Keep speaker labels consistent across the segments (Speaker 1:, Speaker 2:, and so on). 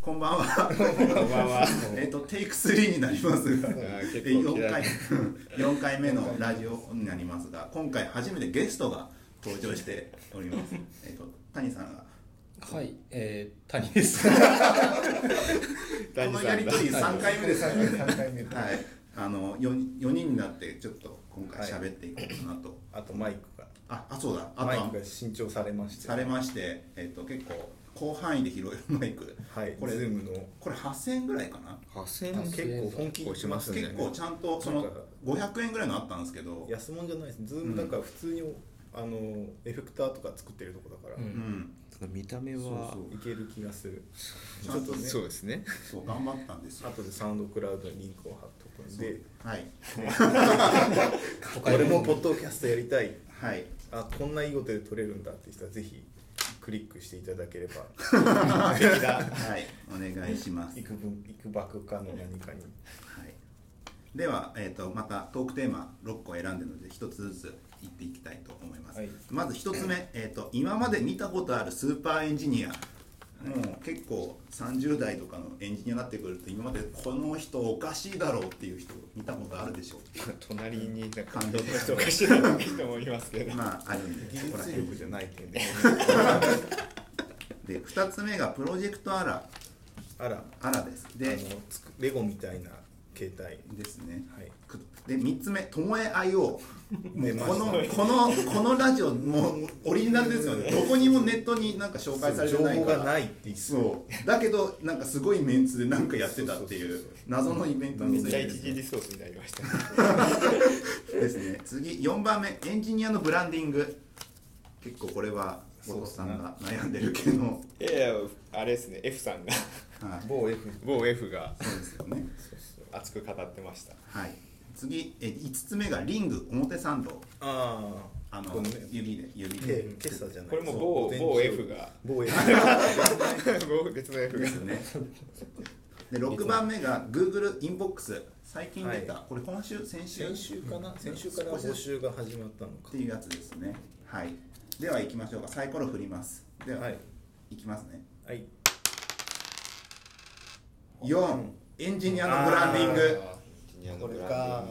Speaker 1: こんばんは。
Speaker 2: こんばんは。
Speaker 1: えっとテイク3になりますが、
Speaker 2: ー結構
Speaker 1: 4
Speaker 2: 嫌
Speaker 1: 回
Speaker 2: い
Speaker 1: 4回目のラジオになりますが、今回初めてゲストが登場しており ます。えっと谷さんが
Speaker 3: はい、えー、谷です。
Speaker 1: こ
Speaker 2: 谷
Speaker 1: の
Speaker 2: さ
Speaker 1: や
Speaker 2: ん
Speaker 1: り
Speaker 2: だ
Speaker 1: とり3回目ですよね。
Speaker 4: 3回目
Speaker 1: はい。あの 4, 4人になってちょっと今回喋っていこうかなと。
Speaker 4: あとマイクが
Speaker 1: ああそうだ。あと
Speaker 4: マイ
Speaker 1: は
Speaker 4: クが新調されまして
Speaker 1: されまして、えっと結構広範囲で広いマイク。
Speaker 4: はい
Speaker 1: こ
Speaker 4: こ
Speaker 1: れ
Speaker 4: れズームの
Speaker 1: これ8000円ぐらいかな。
Speaker 4: 8000結構本気押しますよね
Speaker 1: 結構ちゃんとその500円ぐらいのあったんですけど、
Speaker 4: 安物じゃないですズームだから普通に、あのエフェクターとか作ってるとこだから、
Speaker 3: う
Speaker 1: うんん、
Speaker 2: その見た目
Speaker 1: そう
Speaker 2: は
Speaker 1: そう
Speaker 4: いける気がする
Speaker 1: ちゃんとね
Speaker 2: そうですね
Speaker 1: そう頑張ったんですよ。
Speaker 4: 後でサウンドクラウドにリンクを貼っとくんで
Speaker 1: はい
Speaker 4: 俺もポッドキャストやりたい
Speaker 1: はい
Speaker 4: あこんないい音で撮れるんだって人はぜひクリックしていただけ れば
Speaker 1: はいお願いします。
Speaker 4: いくぶんいくばくかの何かに
Speaker 1: はい、では、えー、とまたトークテーマ6個選んでるので1つずつ言っていきたいと思います、
Speaker 4: はい
Speaker 1: まず1つ目、えーと今まで見たことあるスーパーエンジニアもう結構30代とかのエンジニアになってくると今までこの人おかしいだろうっていう人見たことあるでしょうっていう
Speaker 2: 隣になんか
Speaker 1: 感動の人
Speaker 2: おかしいな人もいますけど
Speaker 1: まああるんで
Speaker 4: 技
Speaker 1: そこら
Speaker 4: 術
Speaker 1: 辺
Speaker 4: 力じゃないけどね
Speaker 1: で2つ目がプロジェクトアラ
Speaker 4: あら
Speaker 1: アラです
Speaker 4: で
Speaker 1: で
Speaker 4: レゴみたいな携帯
Speaker 1: ですね
Speaker 4: はい
Speaker 1: くで3つ目「ともえ IO」も
Speaker 4: 出
Speaker 1: う
Speaker 4: ま
Speaker 1: この
Speaker 4: し
Speaker 1: このこのラジオもうオリジナルですよねどこにもネットになんか紹介され
Speaker 4: 情
Speaker 1: てない
Speaker 4: 報
Speaker 1: から
Speaker 4: がないって言って
Speaker 1: そうだけどなんかすごいメンツでなんかやってたってい
Speaker 4: そう
Speaker 1: う
Speaker 4: そうそうそう
Speaker 1: 謎のイベントに
Speaker 2: めっ
Speaker 1: つい
Speaker 2: ちゃ
Speaker 1: て
Speaker 2: 一時リソースになりました
Speaker 1: ですね次4番目エンジニアのブランディング結構これはボトスさんが悩んでるけど、
Speaker 2: いやいやあれですね F さんが
Speaker 1: はい、
Speaker 4: 某 F
Speaker 2: 某 F が
Speaker 1: そうですよね
Speaker 2: 熱く語ってました
Speaker 1: はい次え5つ目がリング表参道
Speaker 4: ああ
Speaker 1: あの、
Speaker 4: このね
Speaker 1: 指で指
Speaker 4: 手
Speaker 1: で
Speaker 4: 今朝じゃない
Speaker 2: これも某
Speaker 4: そう
Speaker 2: 某 F が
Speaker 4: 某 F
Speaker 2: 某別の F
Speaker 1: で
Speaker 2: が
Speaker 1: すよね。で6番目が Google インボックス最近出た、
Speaker 4: は
Speaker 1: これ今週先週
Speaker 4: 先週かな先週から募集が始まったの
Speaker 1: っ
Speaker 4: か
Speaker 1: ていうやつですねはいでは行きましょうかサイコロ振りますでは、
Speaker 4: はい
Speaker 1: い、きますね
Speaker 4: はい
Speaker 1: 4エンジニアのブランディング
Speaker 4: これか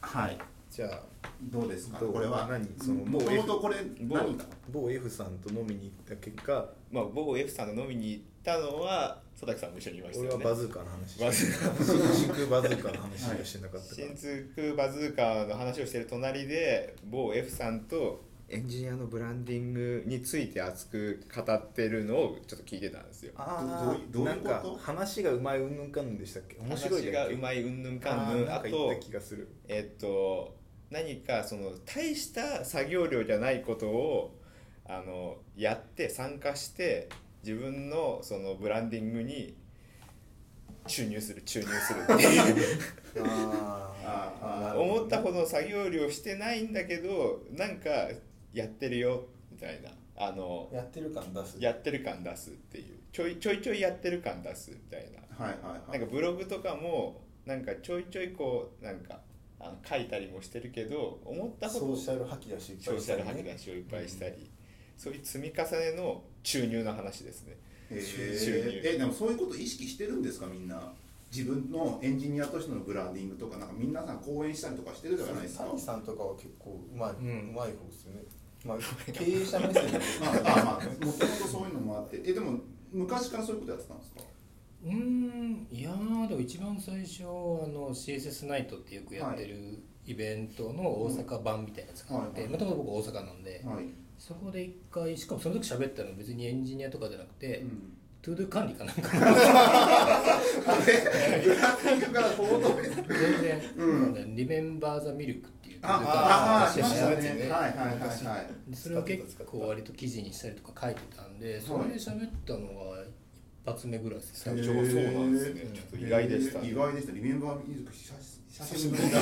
Speaker 1: はい
Speaker 4: じゃ
Speaker 1: どうです
Speaker 4: あ
Speaker 1: か
Speaker 4: どう
Speaker 1: これは
Speaker 4: 何その
Speaker 1: も
Speaker 4: 某
Speaker 1: とも
Speaker 4: F
Speaker 1: とこれ
Speaker 2: 某
Speaker 1: 何だ
Speaker 4: 某 F さんと飲みに行った結果
Speaker 2: まあ某 F さんが飲みに行ったのは佐竹さんも一緒にいました
Speaker 4: 俺
Speaker 2: よ
Speaker 4: は
Speaker 2: ね
Speaker 4: バズーカの話して
Speaker 2: バズ
Speaker 4: 新宿バズーカの話しかしてなかったから
Speaker 2: 新宿バズーカの話をしてる隣で某 F さんとエンジニアのブランディングについて熱く語ってるのをちょっと聞いてたんですよ
Speaker 4: あ
Speaker 1: どどう
Speaker 4: あないん
Speaker 1: うこと
Speaker 4: か話がうまいうんぬんかんぬんでしたっけ面白い
Speaker 2: 話
Speaker 4: ね
Speaker 2: がうまいうんぬんかんぬん
Speaker 4: あー
Speaker 2: あ
Speaker 4: なんか言
Speaker 2: と
Speaker 4: った気がする
Speaker 2: えっと何かその大した作業量じゃないことをあのやって参加して自分のそのブランディングに注入する注入するっていう
Speaker 4: あー
Speaker 2: 思ったほど作業量してないんだけどなんかやってるよみたいなあの
Speaker 4: やってる感出す
Speaker 2: やってる感出すっていうちょいちょいちょいやってる感出すみたいな
Speaker 1: はいはいは
Speaker 2: ないんかブログとかもなんかちょいちょいこうなんかあの書いたりもしてるけど思ったほど
Speaker 4: シャル吐き出しい
Speaker 2: ソーシャル吐き出しをいっぱいしたり、そういう積み重ねの注入の話ですね
Speaker 1: へ
Speaker 2: 収
Speaker 1: ー
Speaker 2: 入
Speaker 1: えでもそういうこと意識してるんですかみんな自分のエンジニアとしてのブランディングとかなんか皆さん講演したりとかしてるじゃないですか
Speaker 4: サニさんとかは結構うまい、う
Speaker 3: うん
Speaker 4: まい方 ですよね。まあ経営者目線で
Speaker 1: まあまあまあもともとそういうのもあってえでも昔からそういうことやってたんですか
Speaker 3: うーん、いやー、でも一番最初、あの CSS ナイトってよくやってるイベントの大阪版みたいなやつがあっ
Speaker 1: は
Speaker 3: て、
Speaker 1: い
Speaker 3: もともと僕大阪なんで、
Speaker 1: はい、
Speaker 3: そこで一回、しかもその時喋ったの別にエンジニアとかじゃなくて、
Speaker 1: うん、
Speaker 3: トゥードゥ管理かなんか
Speaker 1: あれグラフィックからこうと
Speaker 3: 全然、
Speaker 1: うん
Speaker 3: リメンバーザミルクっていう To
Speaker 1: あ
Speaker 3: Do
Speaker 1: あああ
Speaker 3: 管
Speaker 1: し
Speaker 3: 理
Speaker 1: ま
Speaker 3: の
Speaker 1: し
Speaker 3: 話
Speaker 1: たね
Speaker 3: をやってて
Speaker 1: はいはいはいはい
Speaker 3: でそれを結構割と記事にしたりとか書いてたんでそれで喋ったのは一発目ぐらいです
Speaker 2: 最初はそうなんですね、
Speaker 3: へー
Speaker 2: ちょっと意外でした、
Speaker 1: えー意外でしたリメンバーミュージック久し久しぶりだ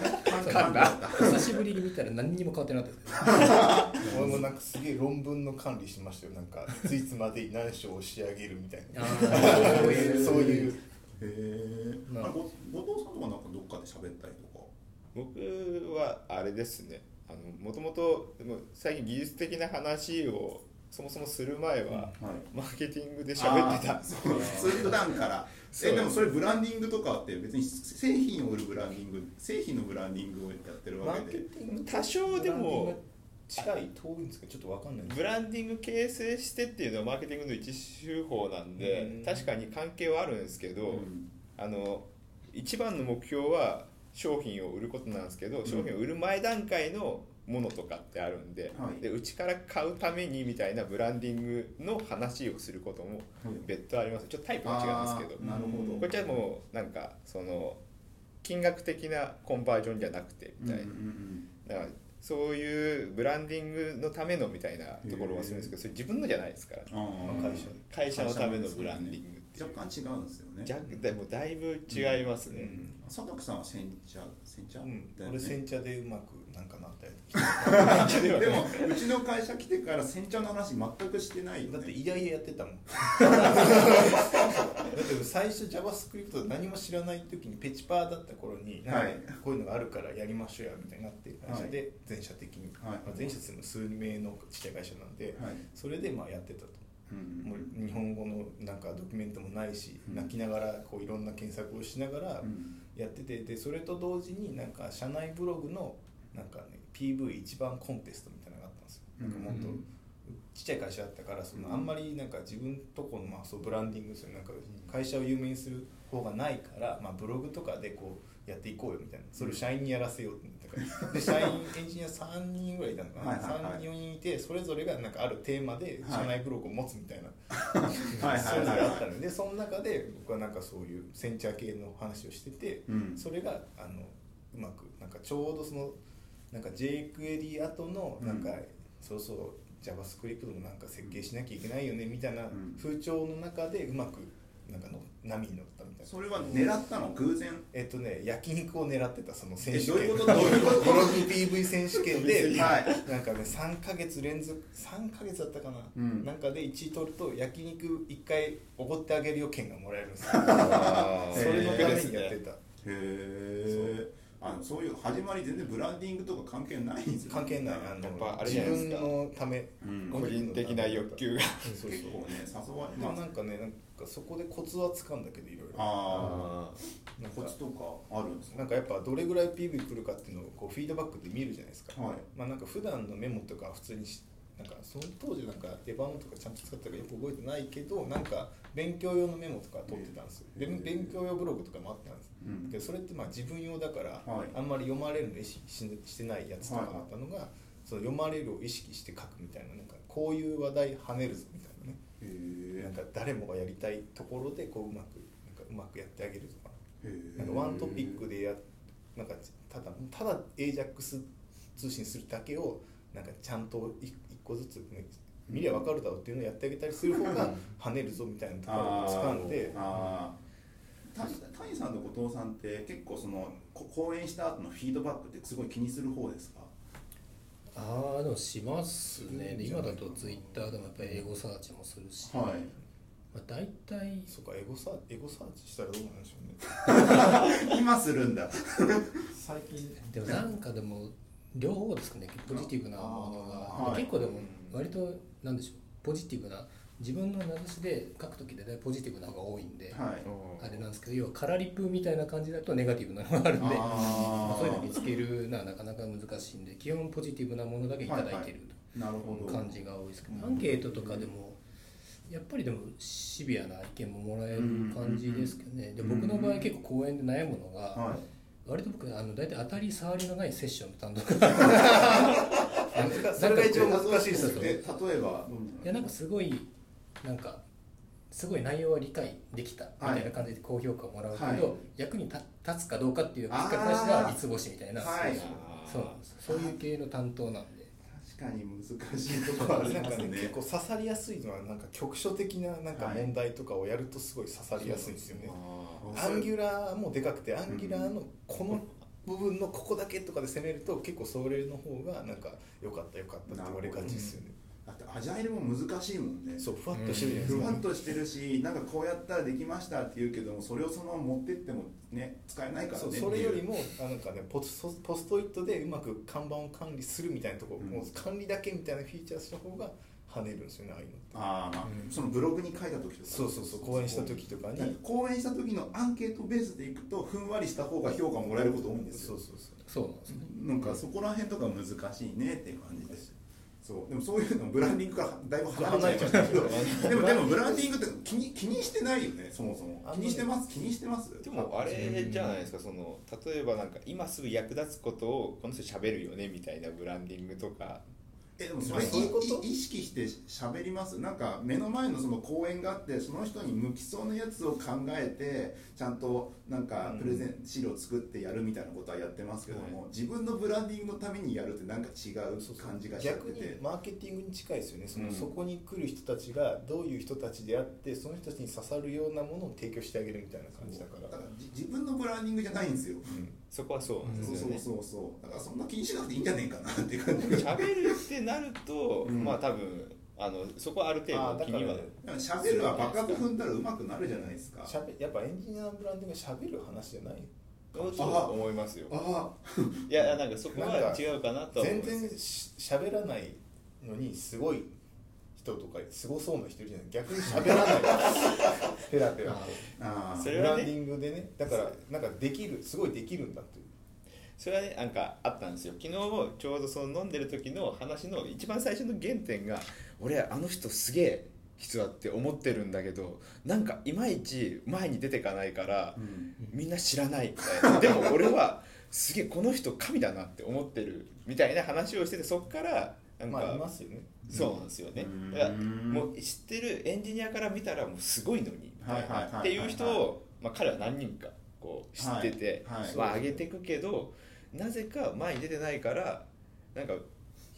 Speaker 3: 噛んだ久しぶりに見たら何にも変わってなかったですね
Speaker 5: 俺もなんかすげえ論文の管理しましたよなんかいついつまでに何章を仕上げるみたい な
Speaker 3: あ
Speaker 5: そういうそういう
Speaker 1: へえ
Speaker 3: まあ
Speaker 1: あれご後藤さんとかなんかどっかで喋ったりとか
Speaker 2: 僕はあれですねもともと最近技術的な話をそもそもする前は
Speaker 1: はい
Speaker 2: マーケティングで喋ってた、
Speaker 1: あーそう普通普段から
Speaker 2: そう
Speaker 1: えでもそれブランディングとかって別に製品を売るブランディング製品のブランディングをやってる
Speaker 2: マ
Speaker 1: わ
Speaker 2: ー
Speaker 1: け
Speaker 2: ケ
Speaker 1: で
Speaker 2: ティング多少でも
Speaker 4: 近い遠いんですかちょっとわかんないんです
Speaker 2: ブランディング形成してっていうのはマーケティングの一手法なんで、
Speaker 4: うん
Speaker 2: 確かに関係はあるんですけど、
Speaker 1: うん
Speaker 2: あの一番の目標は商品を売ることなんですけど、商品を売る前段階のものとかってあるんで,、
Speaker 1: はい
Speaker 2: でうちから買うためにみたいなブランディングの話をすることも別途ありますちょっとタイプが違うんですけど
Speaker 1: あーなるほど
Speaker 2: こっちはもうなんかその金額的なコンバージョンじゃなくてみたいな、
Speaker 1: うんうんうん
Speaker 2: だからそういうブランディングのためのみたいなところはするんですけどそれ自分のじゃないですから
Speaker 1: あー
Speaker 4: まあ会社
Speaker 2: 会社のためのブランディングっていう
Speaker 1: 若干違うんですよね
Speaker 2: 若でもだいぶ違いますね、
Speaker 1: 佐藤さんは煎茶煎茶、
Speaker 4: うん
Speaker 1: だよね
Speaker 4: 俺煎茶でうまくなんかなったよ
Speaker 1: でもうちの会社来てから煎茶の話全くしてないよ、ね、
Speaker 4: だってイヤイヤやってたもんだって最初 JavaScript 何も知らない時にペチパーだった頃に、なんか
Speaker 1: はい
Speaker 4: こういうのがあるからやりましょうやみたいになって会社で全社的に、
Speaker 1: はい
Speaker 4: まあ、全社っていうのは数名のちっちゃい会社なんで、
Speaker 1: はい
Speaker 4: それでまあやってたと
Speaker 1: うん
Speaker 4: もう日本語のなんかドキュメントもないし、
Speaker 1: うん
Speaker 4: 泣きながらこういろんな検索をしながら
Speaker 1: うん
Speaker 4: やっててでそれと同時になんか社内ブログのなんかね PV 一番コンテストみたいなのがあったんですよなんかもっと
Speaker 3: うん
Speaker 4: ちっちゃい会社だったからそ
Speaker 1: うん
Speaker 4: のあんまりなんか自分とこのまあそうブランディングですよなんか会社を有名にする方がないからまあブログとかでこうやっていこうよみたいなそれを社員にやらせようってなった からで社員エンジニア3人ぐらいいたのかな
Speaker 1: はいはいはい
Speaker 4: 3人4人いてそれぞれがなんかあるテーマで社内ブログを持つみたいな
Speaker 1: はい
Speaker 4: そ
Speaker 1: はい
Speaker 4: れ
Speaker 1: は
Speaker 4: ぞ
Speaker 1: い
Speaker 4: れあった
Speaker 1: はい
Speaker 4: のでその中で僕はなんかそういう煎茶系の話をしてて、
Speaker 1: うん
Speaker 4: それがあのうまくなんかちょうどそのなんか J クエリ後の
Speaker 1: うん
Speaker 4: なんか、そうそう JavaScript もなんか設計しなきゃいけないよねみたいなん風潮の中でうまくなんかの波に乗ったみたいな。
Speaker 1: それは狙ったの偶然
Speaker 4: えっとね、焼肉を狙ってたその選手
Speaker 1: えどう
Speaker 4: 権
Speaker 1: いうことどう いうこと
Speaker 4: ブログ PV 選 手権で、
Speaker 1: はい
Speaker 4: なんかね3ヶ月連続3ヶ月だったかな、
Speaker 1: うん
Speaker 4: なんかで1位取ると焼肉1回おごってあげるよ券がもらえるんですよ
Speaker 2: あー
Speaker 4: それのた
Speaker 1: へ
Speaker 4: め
Speaker 1: ー
Speaker 4: にやってた、
Speaker 1: へえあのそういう始まり全然ブランディングとか関係ないんですよ
Speaker 4: 関係ないあ
Speaker 1: あ
Speaker 4: の
Speaker 2: やっぱあれじ
Speaker 4: 自
Speaker 2: ゃないです
Speaker 4: 分
Speaker 2: か
Speaker 4: のため、
Speaker 1: うん
Speaker 2: 個人的な欲求が
Speaker 4: そう
Speaker 1: 結構ね
Speaker 4: そう
Speaker 1: 誘われ
Speaker 4: でも
Speaker 1: ま
Speaker 4: な
Speaker 1: す
Speaker 4: んかねなんかそこでコツはつかんだけどいろいろ
Speaker 1: ああ
Speaker 4: なんか
Speaker 1: コツとかあるんです
Speaker 4: な
Speaker 1: か
Speaker 4: んかやっぱどれぐらい PV 来るかっていうのをこうフィードバックで見るじゃないですか、
Speaker 1: はい
Speaker 4: まあなんか普段のメモとかは普通にしなんかその当時なんか出番とかちゃんと使ったかよく覚えてないけどなんか勉強用のメモとか取ってたんですよ、で
Speaker 1: へえ
Speaker 4: 勉強用ブログとかもあったんです、
Speaker 1: うん
Speaker 4: けどそれってまあ自分用だから、
Speaker 1: はい
Speaker 4: あんまり読まれるの意識ししてないやつとかだったのが、その読まれるを意識して書くみたいななんかこういう話題跳ねるぞみたいなね、
Speaker 1: へ
Speaker 4: なん
Speaker 1: え
Speaker 4: か誰もがやりたいところでこううまくなんかうまくやってあげるとか。なんかワントピックでやなんかただただ AJAX 通信するだけをなんかちゃんとい一個ずつ、ね、見りゃ分かるだろうっていうのをやってあげたりする方が跳ねるぞみたいなところを掴んで
Speaker 1: あーた谷さんと後藤さんって結構そのこ講演した後のフィードバックってすごい気にする方ですか
Speaker 3: ああでもしますねで今だとツイッターでもやっぱり英語サーチもするし、
Speaker 1: は
Speaker 3: まあ、大体
Speaker 4: そうかエゴサエゴサーチしたらどうなんでしょうね
Speaker 1: い今するんだ
Speaker 4: 最近
Speaker 3: でもなんかでも両方ですかねポジティブなものが、
Speaker 1: はい
Speaker 3: 結構でも割となんでしょうポジティブな自分の名指しで書く時で大体ポジティブな方が多いんで、
Speaker 1: はい
Speaker 3: あれなんですけど要はカラリプみたいな感じだとネガティブなのがあるんでま
Speaker 1: あ
Speaker 3: あそういうの見つけるのはなかなか難しいんで基本ポジティブなものだけいただいてる
Speaker 1: ーなるほど
Speaker 3: 感じが多いですけど、アンケートとかでもやっぱりでもシビアな意見ももらえる感じですけどね、
Speaker 1: うん
Speaker 3: で僕の場合結構講演で悩むのが、
Speaker 1: はい
Speaker 3: 割と僕あの大体当たり障りのないセッションの担当が
Speaker 4: それが一番難しいですよ
Speaker 3: そ
Speaker 4: ね
Speaker 3: う
Speaker 1: え例えば
Speaker 3: いやなんかすごいなんかすごい内容は理解できたみたいな感じで高評価をもらうけど、
Speaker 1: はい
Speaker 3: 役に立立つかどうかっていう結果に対しては
Speaker 1: あー
Speaker 3: 三つ星みたいな、
Speaker 1: はい
Speaker 3: そうなんですそういう系の担当なんで
Speaker 1: 確かに難しいところあり
Speaker 4: なん
Speaker 1: ま
Speaker 4: か
Speaker 1: す
Speaker 4: ね
Speaker 1: ね
Speaker 4: 結構刺さりやすいのはなんか局所的ななんか問題とかをやるとすごい刺さりやすいんですよね、アンギュラーもでかくてアンギュラーのこの部分のここだけとかで攻めると結構それの方がなんか良かった良かったって言われがちですよね、
Speaker 1: だってアジャイルも難しいもんね
Speaker 4: そうふわっとしてるじゃない
Speaker 1: ふ
Speaker 4: で
Speaker 1: わ
Speaker 4: す
Speaker 1: っ
Speaker 4: か、
Speaker 1: としてるしなんかこうやったらできましたって言うけどもそれをそのまま持ってってもね使えないからね
Speaker 4: そう
Speaker 1: ってい
Speaker 4: それよりもあなんかねポストポストイットでうまく看板を管理するみたいなところ、
Speaker 1: うん
Speaker 4: もう管理だけみたいなフィーチャーした方が跳ねるんですよねああいうの
Speaker 1: ああまあ、
Speaker 4: うん
Speaker 1: そのブログに書いた時とか
Speaker 4: そうそうそう講演した時とかに
Speaker 1: 講演した時のアンケートベースでいくとふんわりした方が評価もらえること多いんです
Speaker 4: そ
Speaker 1: よ
Speaker 4: うそうそう
Speaker 3: そうなんですね
Speaker 1: なんかそこら辺とか難しいねっていう感じですそうでもそういうのブランディングからだいぶ離れちゃいましたけどでもでもブランディングって気に気にしてないよねそもそも
Speaker 4: あんま
Speaker 1: 気
Speaker 4: り
Speaker 1: にしてます気にしてます
Speaker 2: でもあれじゃないですかその例えばなんか今すぐ役立つことをこの人喋るよねみたいなブランディングとか
Speaker 1: えでもそれ
Speaker 4: そういうこと
Speaker 1: い意識して喋りますなんか目の前のその講演があってその人に向きそうなやつを考えてちゃんとなんかプレゼン、資料作ってやるみたいなことはやってますけども、自分のブランディングのためにやるってなんか違
Speaker 4: そう
Speaker 1: う
Speaker 4: そう
Speaker 1: 感じがしちゃっ
Speaker 4: 逆
Speaker 1: て
Speaker 4: に
Speaker 1: て
Speaker 4: マーケティングに近いですよねその、
Speaker 1: うん
Speaker 4: そこに来る人たちがどういう人たちであってその人たちに刺さるようなものを提供してあげるみたいな感じだから
Speaker 1: だからじ自分のブランディングじゃないんですよ、
Speaker 2: そこはそうなんで
Speaker 1: そう
Speaker 2: す
Speaker 1: そ
Speaker 2: よ
Speaker 1: う
Speaker 2: ね
Speaker 1: そうそうだからそんな気にしなくていいんじゃねえかなっていう感じが
Speaker 2: 喋るってなると、
Speaker 1: うん
Speaker 2: まあ多分あのそこはある程
Speaker 4: あー
Speaker 2: 度
Speaker 4: だ
Speaker 2: 気
Speaker 4: から
Speaker 2: には
Speaker 1: 喋るはバカと踏んだらうまくなるじゃないですか
Speaker 4: しゃべやっぱエンジニアのブランディングはしゃべる話じゃない
Speaker 2: そうと思いますよ
Speaker 1: あ
Speaker 2: いやなんかそこは違うかなとは思い
Speaker 4: 全
Speaker 2: ます
Speaker 4: 然ししゃべらないのにすごい人とかすごそうな人いるじゃない逆にしゃべらないペラペラ
Speaker 1: ーあー
Speaker 2: それ
Speaker 4: ブ
Speaker 2: は
Speaker 4: ラ
Speaker 2: ね
Speaker 4: ンディングでねだからなんかできるすごいできるんだっていう
Speaker 2: それはねなんかあったんですよ昨日ちょうどその飲んでる時の話の一番最初の原点が俺あの人すげえ人だって思ってるんだけどなんかいまいち前に出てかないから、
Speaker 1: うん
Speaker 2: みんな知らないみ たいなでも俺はすげえこの人神だなって思ってるみたいな話をしててそっからなんか、
Speaker 4: まあいますよね
Speaker 2: そうなんですよね
Speaker 1: うん
Speaker 2: だからもう知ってるエンジニアから見たらもうすごいのにみたい
Speaker 1: はいはいはいはいは
Speaker 2: ないっていう人を、まあ、彼は何人かこう知ってて、
Speaker 1: はいはい
Speaker 2: まあ、上げてくけどなぜか前に出てないからなんか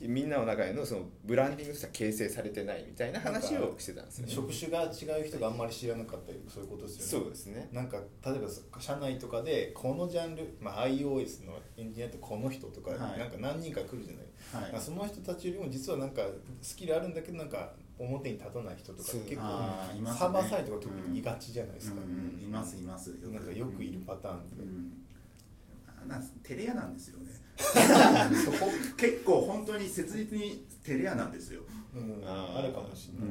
Speaker 2: みんなの中でのそのブランディングとしては形成されてないみたいな話をしてたんですよね。
Speaker 4: 職種が違う人があんまり知らなかったりそういうことです
Speaker 2: そ
Speaker 4: よね
Speaker 2: うですね
Speaker 4: なんか例えばそ社内とかでこのジャンル、まあ、iOS のエンジニアってこの人とか、
Speaker 1: はい
Speaker 4: なんか何人か来るじゃない
Speaker 1: はい
Speaker 4: あその人たちよりも実はなんかスキルあるんだけどなんか表に立たない人とか
Speaker 2: そう
Speaker 4: 結構
Speaker 1: あーいますね
Speaker 4: サーバーサイトが特にいがちじゃないですか、
Speaker 1: うんうんいますいます
Speaker 4: なんかよくいるパターン
Speaker 1: う
Speaker 4: で、
Speaker 1: んあなんす照れ屋なんですよね
Speaker 4: そこ、
Speaker 1: 結構本当に切実に照れ屋なんですよ、
Speaker 4: うん、
Speaker 2: あ
Speaker 4: あ
Speaker 2: ー
Speaker 4: るかもしれ
Speaker 1: う
Speaker 4: な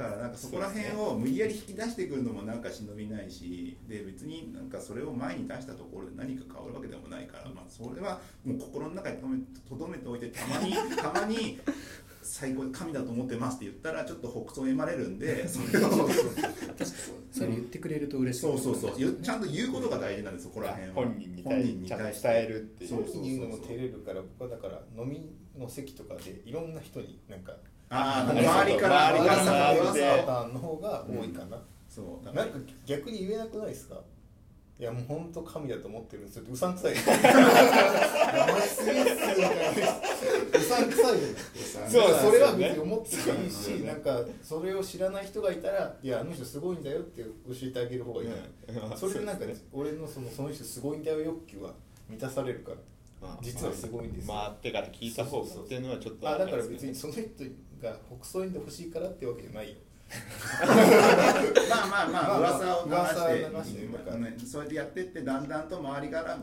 Speaker 1: ん、だからなんかそこら辺を無理やり引き出してくるのもなんか忍びないしで別になんかそれを前に出したところで何か変わるわけでもないから、まあ、それはもう心の中に留め留めておいてた まにたまに最高神だと思ってますって言ったらちょっと北総へまれるん でそれを
Speaker 3: それ言ってくれると嬉しい
Speaker 1: そうそうそうゆちゃんと言うことが大事なんですそこら辺は
Speaker 2: 本人に対
Speaker 1: 本人
Speaker 2: してちゃんと伝えるってい
Speaker 1: そう
Speaker 2: う
Speaker 4: 本人に言うのも照れるから僕はだから飲みの席とかでいろんな人になんか
Speaker 1: ああ
Speaker 2: なるほど
Speaker 1: 周りから
Speaker 2: 周りから
Speaker 1: 噂
Speaker 2: 騒いで
Speaker 1: 噂
Speaker 4: パターンの方が多いかな、
Speaker 1: そうだか
Speaker 4: な
Speaker 1: ら
Speaker 4: んか逆に言えなくないですかいやもう本当神だと思ってるんですよってうさんくさい 名前すげえっすようさんくさいじゃない
Speaker 2: そうなんですよね
Speaker 4: それは別に思ってもいいし、
Speaker 1: そうな
Speaker 4: なんかそれを知らない人がいたらいやあの人すごいんだよって教えてあげる方がいい、
Speaker 2: うん
Speaker 4: それでなんか俺のそのその人すごいんだよ欲求は満たされるから
Speaker 2: まあ
Speaker 4: 実はすごいんですよ
Speaker 2: 回ってから聞いた方がっていうのはちょっと
Speaker 4: あ
Speaker 2: れ
Speaker 4: だから
Speaker 2: ですよ
Speaker 4: 別
Speaker 2: ね
Speaker 4: にその人が北総院で欲しいからってわけじゃないよ
Speaker 1: まあまあまあ
Speaker 4: ま
Speaker 1: 噂
Speaker 4: あ
Speaker 1: を流して
Speaker 4: 噂を流して
Speaker 1: まあねそうやってやってってだんだんと周りから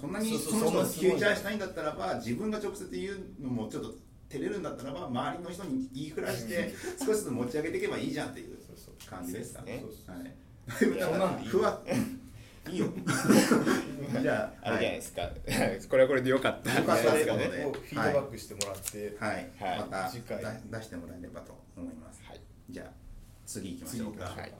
Speaker 1: そんな
Speaker 4: そ
Speaker 1: に
Speaker 4: うそう
Speaker 1: その人
Speaker 4: そん
Speaker 1: を
Speaker 4: な
Speaker 1: フ
Speaker 4: すごい
Speaker 1: ューチャーしたいんだったらば自分が直接言うのもちょっと照れるんだったらば周りの人に言いふらして少しずつ持ち上げていけばいいじゃんっていう
Speaker 4: そうそう
Speaker 1: 感じですかね
Speaker 2: そう
Speaker 4: です。ね
Speaker 1: はいだいぶだか
Speaker 4: そんなん
Speaker 1: ら
Speaker 4: でいい
Speaker 1: ふわいいよじゃあ
Speaker 2: あれ
Speaker 1: は
Speaker 2: じゃない
Speaker 1: い
Speaker 2: ですか、 これはこれでよかった
Speaker 1: 良かったです
Speaker 2: か
Speaker 1: よ
Speaker 2: ね
Speaker 1: ね
Speaker 4: それをフィードバックしてもらって、
Speaker 1: はい
Speaker 2: はい
Speaker 1: また
Speaker 4: 次回
Speaker 1: 出出してもらえればと思います
Speaker 2: はい
Speaker 1: じゃあ次行きましょうか
Speaker 2: はい